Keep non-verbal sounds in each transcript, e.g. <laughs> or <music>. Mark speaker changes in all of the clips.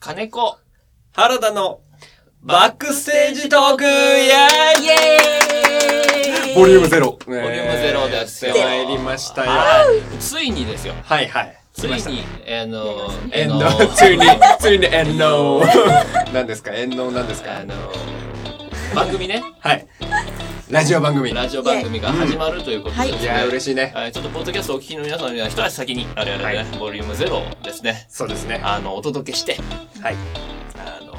Speaker 1: 金子
Speaker 2: 原田のバックステージトークイエーイ
Speaker 3: イエーイ
Speaker 2: ボリュームゼロ。ボリ
Speaker 1: ボリュームゼロですよ
Speaker 2: 入りましたよ。
Speaker 1: はいついにですよ
Speaker 2: はいはい。
Speaker 1: ついにあの
Speaker 2: エンド
Speaker 1: あの、
Speaker 2: <laughs> ついに、ついにエンド。
Speaker 1: <laughs>
Speaker 2: 何ですかエンド何ですか
Speaker 1: あの番組ね
Speaker 2: はい。ラジオ番組。い
Speaker 1: ラジオ番組が始まるということでですね
Speaker 2: や、嬉しいね。
Speaker 1: はいちょっとポッドキャストをお聞きの皆さんには一足先にあれあれね、ボリュームゼロをですね
Speaker 2: そうですね。
Speaker 1: あのお届けして
Speaker 2: はい。 <laughs>
Speaker 1: あの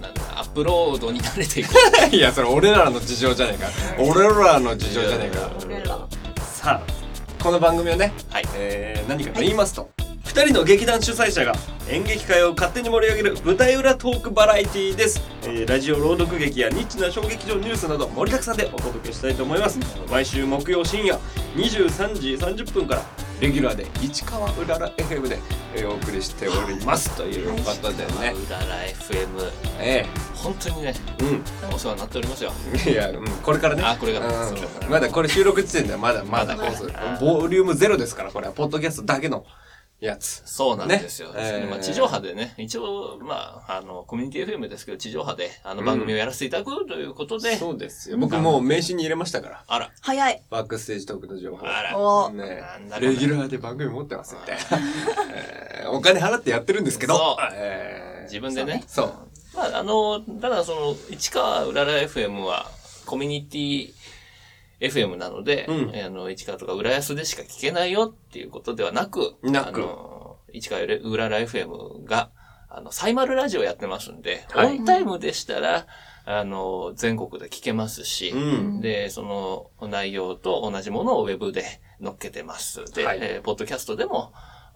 Speaker 1: なんだアップロードに慣れていく
Speaker 2: いや、それ俺らの事情じゃねえか。俺らの事情じゃねえか。
Speaker 3: 俺ら
Speaker 2: さあ、この番組をね、
Speaker 1: はい
Speaker 2: えー何かと言いますと、2人の劇団主催者が演劇界を勝手に盛り上げる舞台裏トークバラエティーです、えーラジオ朗読劇やニッチな衝撃場ニュースなど盛りだくさんでお届けしたいと思います毎週木曜深夜23時30分からレギュラーで市川うらら FM で、えーお送りしておりますということでね、
Speaker 1: うらら FM
Speaker 2: え
Speaker 1: 本当にね
Speaker 2: えうん
Speaker 1: お世話になっておりますよ
Speaker 2: いや、うん、これからね。
Speaker 1: あこれから
Speaker 2: うん
Speaker 1: そうか
Speaker 2: まだこれ収録時点ではまだまだ
Speaker 1: まだ
Speaker 2: 放送
Speaker 1: まだ
Speaker 2: ボリュームゼロですから、これはポッドキャストだけのやつ。
Speaker 1: そうなんですよ。
Speaker 2: ねえー
Speaker 1: まあ、地上波でね、一応、まあ、あの、コミュニティ FM ですけど、地上波で、あの、番組をやらせていただくということで、
Speaker 2: そうですよ。僕もう名刺に入れましたから。
Speaker 1: あら、
Speaker 3: 早い
Speaker 2: バックステージトークの情報。
Speaker 1: あら、
Speaker 3: おー
Speaker 2: ね
Speaker 1: なんだ、ろうね
Speaker 2: レギュラーで番組持ってますみたいな。えーお金払ってやってるんですけど。
Speaker 1: そう
Speaker 2: えー
Speaker 1: 自分でね。
Speaker 2: そう。
Speaker 1: まあ、あの、ただその、市川うらら FM は、コミュニティ FM なので、
Speaker 2: うん
Speaker 1: あの、市川とか浦安でしか聞けないよっていうことではなく、
Speaker 2: なく
Speaker 1: あの、市川うらら FM が、あの、サイマルラジオやってますんで、
Speaker 2: はい
Speaker 1: オンタイムでしたら、あの、全国で聞けますし、
Speaker 2: うん。
Speaker 1: で、その内容と同じものをウェブで載っけてます。で、
Speaker 2: はい
Speaker 1: えーポッドキャストでも、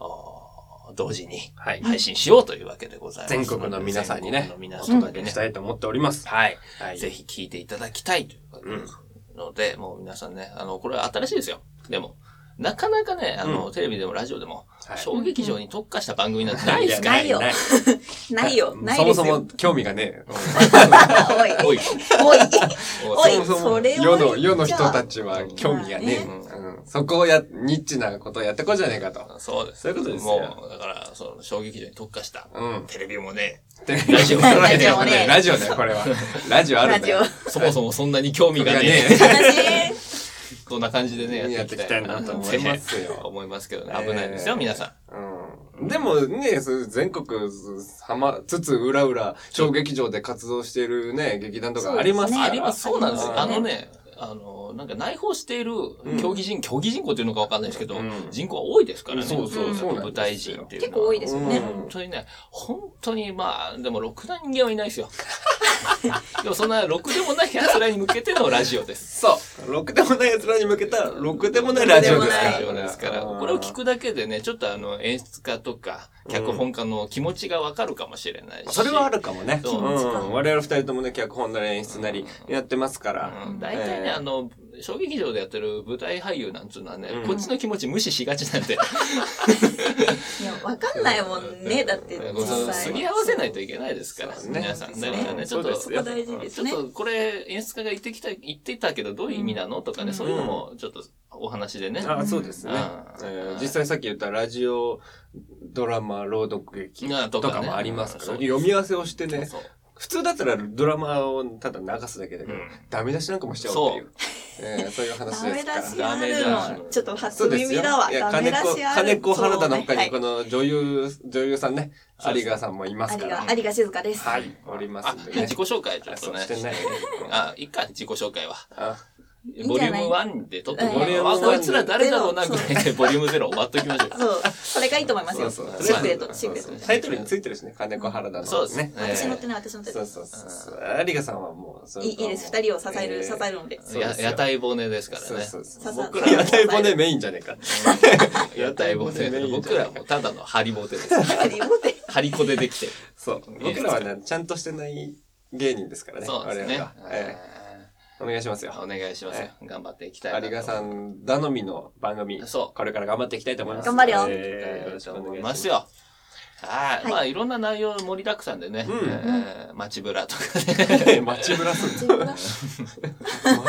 Speaker 1: あー同時に
Speaker 2: はい。
Speaker 1: 配信しようというわけでございます。
Speaker 2: 全国の皆さんに
Speaker 1: 全、
Speaker 2: ね
Speaker 1: 国の皆
Speaker 2: お
Speaker 1: さんに
Speaker 2: 届け
Speaker 1: ね
Speaker 2: し。たいと思っております。
Speaker 1: はい。
Speaker 2: はい
Speaker 1: ぜひ聞いていただきたいということですので、もう皆さんね、あの、これは新しいですよ。でも、なかなかね、あの、テレビでもラジオでも、
Speaker 2: はい
Speaker 1: 小劇場に特化した番組なんてないですから。
Speaker 3: ないよ
Speaker 2: や
Speaker 3: ないよない
Speaker 2: そ
Speaker 3: で
Speaker 2: も
Speaker 3: す
Speaker 2: そ
Speaker 3: よ
Speaker 2: も興味がねえ。
Speaker 3: <laughs> お
Speaker 1: お
Speaker 3: い
Speaker 1: い、
Speaker 3: おい
Speaker 1: お
Speaker 3: お
Speaker 1: い
Speaker 3: い、
Speaker 2: そもそも
Speaker 3: それを
Speaker 2: 世の世の人たちは
Speaker 1: じゃあ
Speaker 2: 興味がね、
Speaker 1: まあ
Speaker 2: うんそこをやニッチなことをやってこうじゃねえかと。
Speaker 1: そうです。
Speaker 2: そういうことですよ
Speaker 1: もう、だから、その、小劇場に特化した、
Speaker 2: うん
Speaker 1: テレビもね、
Speaker 2: ラ
Speaker 1: ジオ
Speaker 2: <laughs> ラジオ
Speaker 3: ラジオ
Speaker 2: ね
Speaker 3: ね
Speaker 2: ラジオねこれはラジオある
Speaker 3: ラ
Speaker 2: んだ
Speaker 3: ジオ
Speaker 2: よ。
Speaker 1: そもそもそんなに興味がねえ。
Speaker 2: ね
Speaker 3: 悲し
Speaker 1: そんな感じでね、
Speaker 2: <laughs> やっていきたいなと思いますよ
Speaker 1: 思いますけどね。 <laughs>
Speaker 2: ええ
Speaker 1: 危ないですよ、皆さん。
Speaker 2: うんでもね、そう全国はまつつ裏裏小劇場で活動しているね劇団とかありますから。
Speaker 1: あります、そうなんですよ。あ
Speaker 2: あ
Speaker 1: の
Speaker 2: のね。
Speaker 1: ね、あの、なんか内包している
Speaker 2: ん
Speaker 1: 競技人、競技人口っていうのかわかんないですけど、
Speaker 2: うん
Speaker 1: 人口は多いですからね。
Speaker 2: そうそう
Speaker 1: うん
Speaker 2: そうなんですよ
Speaker 1: 舞台人っていうのは。
Speaker 3: 結構多いですよね
Speaker 2: うん
Speaker 1: 本当にね、本当にまあ、でも、ろくな人間はいないですよ。 <laughs> でも、そんな、ろくでもない奴らに向けてのラジオです。
Speaker 2: そう。ろくでもない奴らに向けたろくでもないラジオですから。
Speaker 1: ラジオですから、
Speaker 2: うん
Speaker 1: これを聞くだけでね、ちょっとあの、演出家とか、脚本家の気持ちがわかるかもしれないし。
Speaker 2: それはあるかもね。う
Speaker 1: そうん
Speaker 2: 我々二人ともね、脚本なり演出なりやってますから。
Speaker 1: うん大体ね、
Speaker 2: えー
Speaker 1: あの、小劇場でやってる舞台俳優なんつうのはね、
Speaker 2: うん
Speaker 1: こっちの気持ち無視しがちなん
Speaker 2: <laughs>
Speaker 1: で、
Speaker 3: いいやわかんないもんねだって
Speaker 1: ごそ
Speaker 3: 実
Speaker 1: うす
Speaker 3: 際
Speaker 1: り合わせないといけないですから、
Speaker 2: そうね
Speaker 1: 皆さん。
Speaker 3: そ
Speaker 1: だ
Speaker 3: う
Speaker 1: からね、ちょっと、
Speaker 2: そうですよ
Speaker 3: そこ大事ですね
Speaker 1: ちょっとこれ演出家が言ってきた、言ってたけどどういう意味なのとかね、そういうのもちょっとお話でね。
Speaker 2: あそうですね、
Speaker 1: うん
Speaker 2: えー実際さっき言ったラジオドラマ朗読劇
Speaker 1: あ
Speaker 2: と
Speaker 1: とかね
Speaker 2: かもありますから、
Speaker 1: そう
Speaker 2: 読み合わせをしてね
Speaker 1: そう
Speaker 2: 普通だったらドラマをただ流すだけだけど、
Speaker 1: うん
Speaker 2: ダメ出しなんかもしちゃおうっていうそう,、えーそういう話
Speaker 3: ダ
Speaker 2: で
Speaker 3: メ
Speaker 2: すから
Speaker 3: 出しあるのちょっと
Speaker 2: そ
Speaker 3: 初
Speaker 2: うです
Speaker 3: 耳
Speaker 2: よ
Speaker 3: だわ
Speaker 2: いや
Speaker 3: ダメ
Speaker 2: 金
Speaker 3: 出
Speaker 2: 子
Speaker 3: しある
Speaker 2: 金子原田の他
Speaker 3: は
Speaker 2: に
Speaker 3: い
Speaker 2: この女優女優さんね
Speaker 1: そうです
Speaker 2: 有賀さんもいます
Speaker 3: あ
Speaker 2: か
Speaker 3: り
Speaker 2: ら
Speaker 3: がありが静香です
Speaker 2: はいおります
Speaker 1: あ
Speaker 2: んで、ね
Speaker 1: 自己紹介ちょっと
Speaker 2: そう
Speaker 1: ね。
Speaker 2: してないね
Speaker 1: あ、いいか、自己紹介は。
Speaker 2: あ
Speaker 3: ん
Speaker 1: ボリ
Speaker 3: じ
Speaker 1: ュ
Speaker 3: ゃない
Speaker 1: ーム1で撮って、
Speaker 3: うん
Speaker 1: ボリューム1
Speaker 2: そ
Speaker 1: こ
Speaker 2: う
Speaker 1: いつら誰だろうな
Speaker 3: ゼ
Speaker 1: ぐ
Speaker 3: ロ
Speaker 1: らいで、ボリューム0終わっときましょう。
Speaker 3: そうそれがいいと思います
Speaker 2: そ
Speaker 3: よ
Speaker 2: う
Speaker 3: シ
Speaker 2: そう
Speaker 3: ークレットシークレッ
Speaker 1: そう
Speaker 3: ト
Speaker 1: です
Speaker 2: タイトルについてるしね金子原田の
Speaker 1: そうですね。
Speaker 3: 私乗っ
Speaker 1: え
Speaker 3: てない私乗ってな
Speaker 2: そう
Speaker 3: い
Speaker 2: そうそうそう。有賀さんはもう、それ
Speaker 3: いいいいです二人を支える、支え
Speaker 2: る。
Speaker 3: るので
Speaker 1: ーや屋台骨ですからね。
Speaker 2: そうそうそう。
Speaker 3: 支え
Speaker 2: 僕ら屋台骨メインじゃねえか。
Speaker 1: 屋台骨だけど僕らもうただのハリボテです。
Speaker 3: リモテ
Speaker 1: ハリコでできてる。
Speaker 2: そう。僕らはね、ちゃんとしてない芸人ですからね。
Speaker 1: そうです
Speaker 2: 我
Speaker 1: ね
Speaker 2: 々は。ええお願いしますよ
Speaker 1: あー。お願いしますよ。頑張っていきたいなと。
Speaker 2: 有賀さん頼みの番組、
Speaker 1: そう
Speaker 2: これから頑張っていきたいと思います。
Speaker 3: 頑張るよ
Speaker 2: ええよろしくお
Speaker 1: と
Speaker 2: 願
Speaker 1: 思
Speaker 2: い
Speaker 1: い
Speaker 2: し
Speaker 1: ま
Speaker 2: ますす。
Speaker 1: よ。はい、
Speaker 3: はい
Speaker 1: まあいろんな内容盛りだくさんでね、
Speaker 2: うん
Speaker 1: えー街ぶらとかね、
Speaker 2: 街ぶらす
Speaker 3: 自分が
Speaker 2: んだ。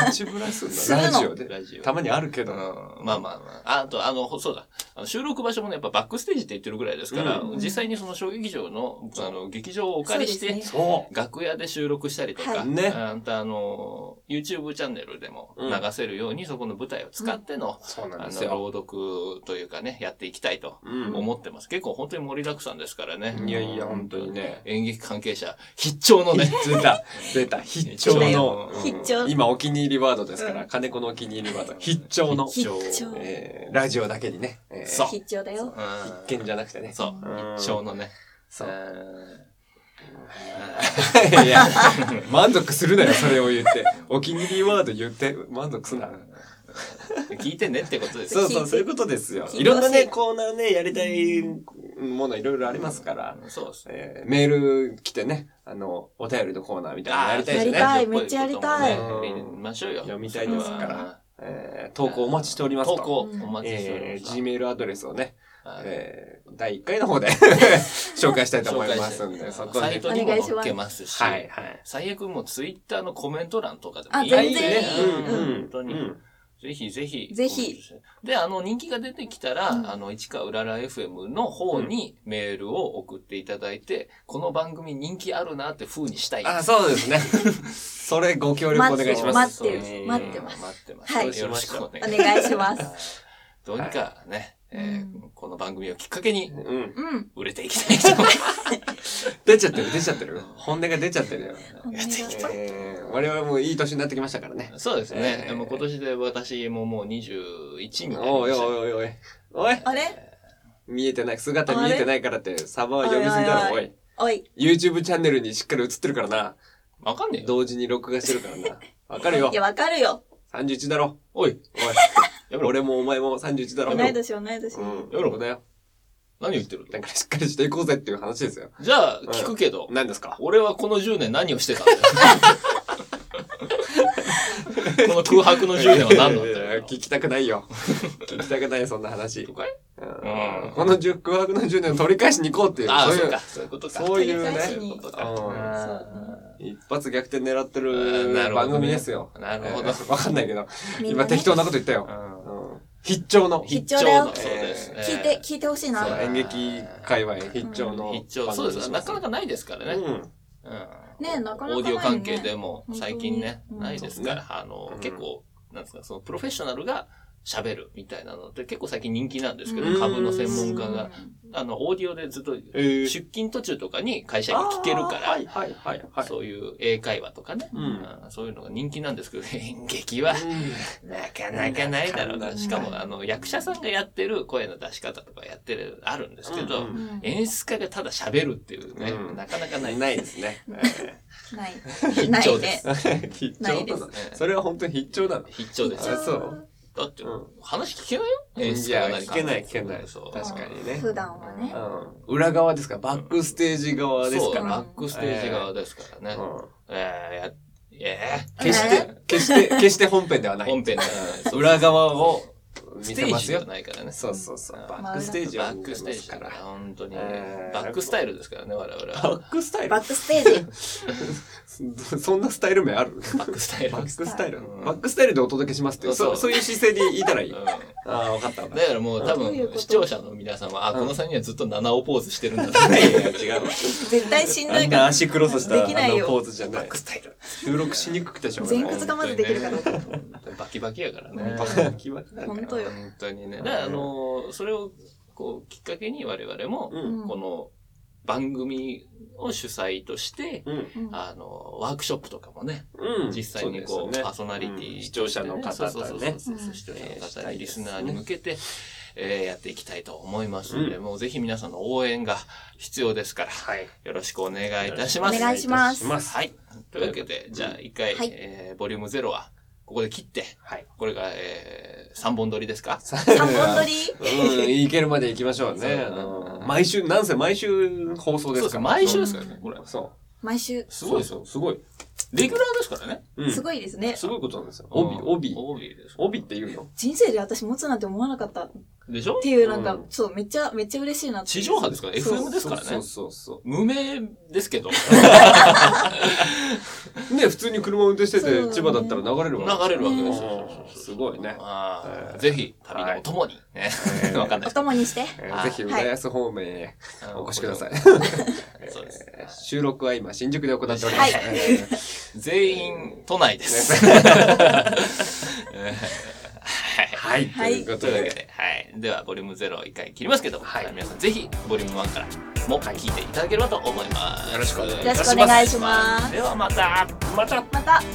Speaker 2: 街ぶらすんだ。ラ
Speaker 3: する
Speaker 2: ジ
Speaker 3: の
Speaker 2: オで。
Speaker 1: ラジオ。
Speaker 2: たまにあるけ
Speaker 1: う
Speaker 2: ど。
Speaker 1: んまあまあまあ。あと、あの、ほそうだ。あの収録場所もね、やっぱバックステージって言ってるぐらいですから、
Speaker 2: う
Speaker 1: 実際にその小劇場の、あの、劇場をお借りして、
Speaker 3: そうですね
Speaker 2: そ
Speaker 1: 楽屋で収録したりとか、
Speaker 3: はい
Speaker 2: ね
Speaker 1: あんたあの、YouTube チャンネルでも流せるように、そこの舞台を使っての
Speaker 2: う。、そうなん
Speaker 1: あ
Speaker 2: です
Speaker 1: の、
Speaker 2: よ。
Speaker 1: 朗読というかね、やっていきたいと
Speaker 2: うん。
Speaker 1: 思ってます。結構本当に盛りだくさんですからね。
Speaker 2: いやいや、本当にね。
Speaker 1: 演劇関係者、必聴のね。
Speaker 2: 出た、出た、必聴の。
Speaker 1: うん
Speaker 3: 必聴
Speaker 2: 今お気に入りワードですから、
Speaker 3: う
Speaker 2: 金子のお気に入りワード、必聴の。
Speaker 3: 必聴
Speaker 2: えーラジオだけにね。えー
Speaker 1: そう
Speaker 3: 必聴だよ。
Speaker 1: うん
Speaker 2: 必見じゃなくてね。
Speaker 1: そう
Speaker 2: うん。
Speaker 1: 一生のね。
Speaker 2: そう
Speaker 1: う
Speaker 2: いや、満足するなよ、それを言って。お気に入りワード言って、満足すな。
Speaker 1: ん聞いてねってことですよ。
Speaker 2: そうそう、そういうことですよ。
Speaker 3: 聞いて
Speaker 2: いろんな
Speaker 3: 聞い
Speaker 2: ね、
Speaker 3: て
Speaker 2: コーナーね、やりたいものいろいろありますから。
Speaker 1: そうですね。
Speaker 2: えーメール来てね、あの、お便りのコーナーみたいなのやりたいです
Speaker 3: あーやりた
Speaker 2: ね。
Speaker 3: いめっちゃやりたい
Speaker 1: そううこともねやりましょうよ。
Speaker 2: 読みたいですから
Speaker 1: それは。
Speaker 2: えー投稿お待ちしておりますと。
Speaker 1: 投稿お待ちしてお
Speaker 2: え
Speaker 1: り
Speaker 2: ー、
Speaker 1: ます。
Speaker 2: Gmail アドレスをね、
Speaker 1: はい
Speaker 2: えー第1回の方で紹介したいと思いますんで、そこ
Speaker 1: サイ
Speaker 2: で。
Speaker 1: トにも載っけますし、
Speaker 2: はい、はい。
Speaker 1: 最悪もうツイッターのコメント欄とかでも
Speaker 3: あ
Speaker 1: いいんで
Speaker 3: 全然いい
Speaker 1: ね
Speaker 2: うんうん
Speaker 1: 本当に、
Speaker 2: うん
Speaker 1: ぜひぜひ。
Speaker 3: ぜひ
Speaker 1: コメントして。で、あの、人気が出てきたら、あの、市川うらら FM の方にメールを送っていただいて、この番組人気あるなって風にしたい。
Speaker 2: あ、そうですね。それご協力お願いします。
Speaker 1: そ
Speaker 3: 待って
Speaker 1: うですね
Speaker 3: 待ってます
Speaker 1: 待ってます。
Speaker 3: はい
Speaker 1: よろしくお願い
Speaker 3: お
Speaker 1: し
Speaker 3: 願いしま。
Speaker 1: ますす。 <laughs> どうにかね、
Speaker 3: はい
Speaker 1: えーこの番組をきっかけに
Speaker 2: うん。
Speaker 3: うん。
Speaker 1: 売れていきたいと思います。
Speaker 2: 出ちゃってる、出ちゃってる。本音が出ちゃってるよ。
Speaker 3: お
Speaker 1: <laughs>
Speaker 3: 願いします
Speaker 2: えー、我々もいい年になってきましたからね。
Speaker 1: <laughs> そうですね。
Speaker 2: えー
Speaker 1: もう今年で私ももう21になり
Speaker 2: お
Speaker 1: ま
Speaker 2: い
Speaker 1: した。
Speaker 2: おいおいおい。おい
Speaker 3: あれ
Speaker 2: 見えてない、姿見えてないからって、サバは呼びすぎだろ、お
Speaker 3: おいおい
Speaker 2: い。
Speaker 3: おい。
Speaker 2: YouTube チャンネルにしっかり映ってるからな。
Speaker 1: わかんねえよ。
Speaker 2: 同時に録画してるからな。わかるよ
Speaker 3: い。や、わかるよ。
Speaker 2: 31だろ。
Speaker 1: おい、
Speaker 2: おい。
Speaker 1: やめろ。
Speaker 2: 俺もお前も31だろ。
Speaker 3: 同い年同い年。
Speaker 2: うん。
Speaker 1: やめろ
Speaker 2: そうだよ。
Speaker 1: 何言ってる
Speaker 2: だからしっかりしていこうぜっていう話ですよ。
Speaker 1: じゃあ、聞くけど、
Speaker 2: 何ですか
Speaker 1: 俺はこの10年何をしてたんだ <laughs> よ。この空白の10年は何だ <laughs> ったん
Speaker 2: いや
Speaker 1: だ
Speaker 2: いや
Speaker 1: よ。
Speaker 2: 聞きたくないよ。 <laughs> 聞きたくない、そんな話。うん
Speaker 1: うん
Speaker 2: この10空白の10年を取り返しに行こうっていう。
Speaker 1: ああ、
Speaker 2: い
Speaker 1: そうか、そういうことか。
Speaker 2: そういう
Speaker 3: 取り返
Speaker 2: ね。
Speaker 3: しに
Speaker 1: そういうことか。
Speaker 3: う
Speaker 2: 一発逆転狙って
Speaker 1: う
Speaker 2: る
Speaker 1: んなるほどね
Speaker 2: 番組ですよ。
Speaker 1: なるほ
Speaker 2: え
Speaker 1: ど。
Speaker 2: ーわかんないけど。
Speaker 3: <laughs> みんな
Speaker 2: 今
Speaker 3: ね
Speaker 2: 適当なこと言ったよ。
Speaker 1: うん
Speaker 2: うん必聴の。
Speaker 3: 必聴だよ
Speaker 1: 必聴そうです。
Speaker 2: え
Speaker 3: 聞い
Speaker 1: え
Speaker 3: て、聞いてほしいな。
Speaker 1: そうだ
Speaker 2: 演劇界隈必聴
Speaker 1: ー
Speaker 2: の。
Speaker 1: 必聴、そうです。なかな
Speaker 2: か
Speaker 1: かないですからね。うん
Speaker 3: ねなかなかな
Speaker 1: オ
Speaker 3: いね
Speaker 1: ーディオ関係でも最近ね、
Speaker 3: 本当にうん
Speaker 1: ないですから、あ
Speaker 2: う
Speaker 1: の
Speaker 2: ん、
Speaker 1: 結構、なんですか、そのプロフェッショナルが喋るみたいなのって結構最近人気なんですけ
Speaker 2: う
Speaker 1: ど、
Speaker 2: ん
Speaker 1: 株の専門家が、あの、オーディオでずっと
Speaker 2: え
Speaker 1: 出
Speaker 2: ー
Speaker 1: 勤途中とかに会社に聞けるか
Speaker 2: あーはい
Speaker 1: ら、
Speaker 2: はいはいはい。
Speaker 1: そういう英会話とかね、
Speaker 2: うん
Speaker 1: うんそういうのが人気なんですけど、演劇はなかなかないだろう
Speaker 2: なかなかな
Speaker 1: な。
Speaker 2: い
Speaker 1: しかも、あの、役者さんがやってる声の出し方とかやってる、あるんですけど、
Speaker 2: うん
Speaker 3: うん
Speaker 1: 演出家がただ喋るっていうね、
Speaker 2: うん
Speaker 1: なかなか
Speaker 2: な
Speaker 1: ないい。
Speaker 2: ないです
Speaker 1: <laughs>
Speaker 2: ね。
Speaker 3: ない。
Speaker 1: 必
Speaker 3: ない
Speaker 1: 聴で
Speaker 3: ね
Speaker 1: す。
Speaker 2: <laughs> 必聴
Speaker 3: ない
Speaker 2: な
Speaker 3: で
Speaker 2: の
Speaker 3: す。
Speaker 2: それは本当に必聴なの。
Speaker 1: 必聴です
Speaker 2: 必
Speaker 1: よ
Speaker 2: 聴。そう。
Speaker 1: だって
Speaker 2: うん、
Speaker 1: 話聞けないよ演
Speaker 2: い
Speaker 1: 出家
Speaker 2: や
Speaker 1: が、何
Speaker 2: 聞
Speaker 1: 考
Speaker 2: け
Speaker 1: えて
Speaker 2: ない
Speaker 1: る
Speaker 2: 聞けない。
Speaker 1: そう
Speaker 2: 確かにね。
Speaker 3: 普段はね。
Speaker 2: うん裏側ですかバックステージ側です
Speaker 1: そう、
Speaker 2: から。
Speaker 1: バックステージ側ですからね。
Speaker 2: うん
Speaker 1: えー、や、えー、
Speaker 2: 決して、決して、決して本編ではな
Speaker 1: 本
Speaker 2: い。
Speaker 1: 編で
Speaker 2: <laughs>
Speaker 1: はないそう
Speaker 2: 裏側を見
Speaker 1: ステ
Speaker 2: せ
Speaker 1: ー
Speaker 2: ま
Speaker 1: ジ
Speaker 2: す
Speaker 1: じゃ
Speaker 2: よ。
Speaker 1: ないからね。
Speaker 2: そうそうそう。バ
Speaker 1: まあ
Speaker 2: ックステージは
Speaker 1: バ
Speaker 2: 見
Speaker 1: ックス
Speaker 2: せ
Speaker 1: テ
Speaker 2: ま
Speaker 1: ージ
Speaker 2: す
Speaker 1: だ
Speaker 2: か
Speaker 1: から、
Speaker 2: ら。
Speaker 1: 本当に、
Speaker 2: えー
Speaker 1: バックスタイルですからね、我々
Speaker 2: バ
Speaker 1: は。
Speaker 2: ックスタイル
Speaker 3: バックステージ。
Speaker 2: そんなスタイル名ある
Speaker 1: バックスタイル
Speaker 2: バ。ックスタイル
Speaker 1: うん
Speaker 2: バックスタイルでお届けしますっていう。
Speaker 1: そ
Speaker 2: そううそういう姿勢でいたらいい。
Speaker 1: うん
Speaker 2: ああ、わかったわかっ
Speaker 1: だからもう多
Speaker 3: どういう
Speaker 1: 分
Speaker 3: こと
Speaker 1: 視聴者の皆さんは、あ、この3人はずっと7をポーズしてるんだな
Speaker 2: た。いやいや、違う。
Speaker 3: 絶対しんど
Speaker 2: あ
Speaker 3: い
Speaker 2: ん
Speaker 3: か
Speaker 2: な
Speaker 3: ら。
Speaker 2: 足クロスした
Speaker 3: できな
Speaker 2: あ
Speaker 3: い
Speaker 2: のポー
Speaker 3: よ。
Speaker 2: ズじゃない。
Speaker 1: スタイル。
Speaker 2: 収録しにくくてしょうが
Speaker 3: 前
Speaker 2: ない。
Speaker 3: 屈がまずできるかどうか。
Speaker 1: バキバキやからね。
Speaker 2: キバキなん
Speaker 3: 本
Speaker 2: だ
Speaker 3: 当よ。
Speaker 1: 本当にね。だからあのーそれをこうきっかけに我々も、
Speaker 2: うん。
Speaker 1: この番組を主催として、
Speaker 2: うん。
Speaker 3: うん
Speaker 1: あのーワークショップとかもね、
Speaker 2: うん
Speaker 1: 実際に
Speaker 2: そ
Speaker 1: こ
Speaker 2: う
Speaker 1: う、
Speaker 2: ですよ
Speaker 1: パ
Speaker 2: ね
Speaker 1: ーソナリティとしてね、
Speaker 2: うん
Speaker 1: そ
Speaker 2: 視聴者の
Speaker 1: う
Speaker 2: 方
Speaker 1: そう
Speaker 2: と
Speaker 1: そう
Speaker 2: ね。
Speaker 1: そう
Speaker 3: うん
Speaker 1: 視聴者の
Speaker 2: し
Speaker 1: 方
Speaker 2: たい
Speaker 1: に、
Speaker 2: で
Speaker 1: リ
Speaker 2: す
Speaker 1: ス
Speaker 2: ね
Speaker 1: ナーに向けて、えーやっていきたいと思いますので、
Speaker 2: う
Speaker 1: もうぜひ皆さんの応援が必要ですから、
Speaker 2: はい。
Speaker 1: よろしくお願いいたします。
Speaker 3: お願いします
Speaker 2: お願いしま
Speaker 1: はい。というわけで、じゃあ一回、
Speaker 3: はい
Speaker 1: えーボリューム0は、ここで切って、
Speaker 2: はい。
Speaker 1: これが、えー、3本撮りですか
Speaker 2: 三
Speaker 3: 三本撮り
Speaker 2: うん、いけるまで行きましょう
Speaker 1: そう
Speaker 2: ね。
Speaker 1: だ
Speaker 2: あ
Speaker 1: な
Speaker 2: の毎週、なんせ毎週放送ですから。
Speaker 1: 毎週ですからね、これ。
Speaker 2: そ
Speaker 3: 毎週、
Speaker 1: すごいです
Speaker 2: そう
Speaker 1: よ。
Speaker 2: すごい。
Speaker 1: レギュラーですからね。
Speaker 2: うん。
Speaker 3: すごいですね。
Speaker 2: すごいことなんですよ。帯、帯。
Speaker 1: 帯です。
Speaker 2: 帯って言うの
Speaker 3: 人生で私持つなんて思わなかったっ
Speaker 1: でしょ
Speaker 3: ていう、なんか
Speaker 2: うん、
Speaker 3: そう、めっちゃ、めっちゃ嬉しいなっていう。
Speaker 1: 地上波ですから、
Speaker 3: そう
Speaker 1: FM ですから
Speaker 2: そう
Speaker 1: ね。
Speaker 2: そうそう
Speaker 1: 無名ですけど、
Speaker 2: そう。ね、普通に車運転してて、
Speaker 3: そう
Speaker 2: 千葉だったら流れるわ
Speaker 1: 流れるわけ
Speaker 2: け
Speaker 1: で
Speaker 2: ですす
Speaker 1: よ
Speaker 2: よ。すごいね。
Speaker 1: あ
Speaker 2: え
Speaker 1: ー
Speaker 2: ー
Speaker 1: ぜひ、旅のお供に、ね。 <laughs> わかんない
Speaker 3: お供にして。
Speaker 2: え
Speaker 1: は
Speaker 2: ー
Speaker 1: い
Speaker 2: ぜひ、浦安方面へ。
Speaker 1: あの
Speaker 2: お越しください。
Speaker 1: そうです
Speaker 2: えー収録は今、新宿で行っております。
Speaker 3: はい
Speaker 2: えー
Speaker 1: 全員、都内です。はい。
Speaker 2: はい、と
Speaker 3: はい
Speaker 2: いうこと
Speaker 1: というわけ
Speaker 2: で、
Speaker 1: で、はい。では、ボリューム0を一回切りますけども、
Speaker 2: はい
Speaker 1: 皆さんぜひ、ボリューム1からも聞いていただければと思います。
Speaker 2: よろしくお願い
Speaker 3: よろしくお願いします
Speaker 1: ではまた
Speaker 2: また
Speaker 3: また。
Speaker 2: 「